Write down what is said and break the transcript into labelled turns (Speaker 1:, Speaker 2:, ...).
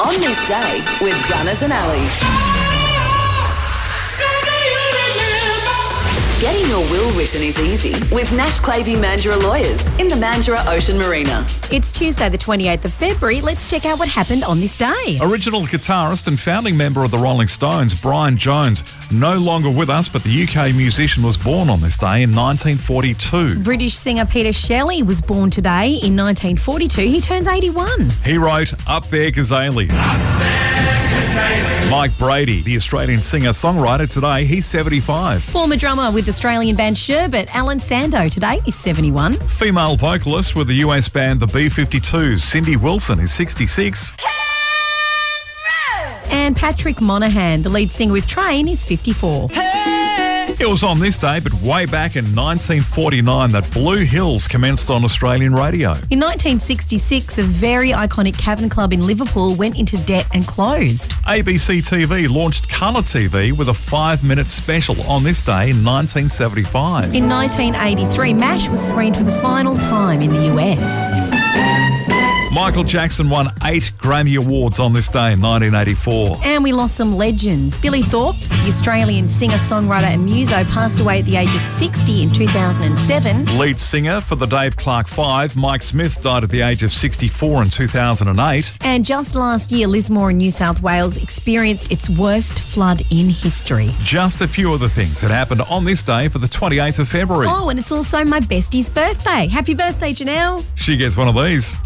Speaker 1: on this day with Gunners and Ali. Getting your will written is easy with Nash Clavey Mandurah Lawyers in the Mandurah Ocean Marina.
Speaker 2: It's Tuesday, the 28th of February. Let's check out what happened on this day.
Speaker 3: Original guitarist and founding member of the Rolling Stones, Brian Jones, no longer with us, but the UK musician was born on this day in 1942.
Speaker 2: British singer Peter Shelley was born today in 1942. He turns 81.
Speaker 3: He wrote Up There Gazali. Mike Brady, the Australian singer songwriter, today he's 75.
Speaker 2: Former drummer with Australian band Sherbet, Alan Sando, today is 71.
Speaker 3: Female vocalist with the US band The B 52s, Cindy Wilson, is 66.
Speaker 2: And Patrick Monaghan, the lead singer with Train, is 54.
Speaker 3: It was on this day, but way back in 1949, that Blue Hills commenced on Australian radio.
Speaker 2: In 1966, a very iconic cavern club in Liverpool went into debt and closed.
Speaker 3: ABC TV launched colour TV with a five minute special on this day in 1975.
Speaker 2: In 1983, MASH was screened for the final time in the US.
Speaker 3: Michael Jackson won eight Grammy Awards on this day in 1984.
Speaker 2: And we lost some legends. Billy Thorpe, the Australian singer, songwriter, and muso, passed away at the age of 60 in 2007.
Speaker 3: Lead singer for the Dave Clark Five, Mike Smith, died at the age of 64 in 2008.
Speaker 2: And just last year, Lismore in New South Wales experienced its worst flood in history.
Speaker 3: Just a few of the things that happened on this day for the 28th of February.
Speaker 2: Oh, and it's also my bestie's birthday. Happy birthday, Janelle.
Speaker 3: She gets one of these.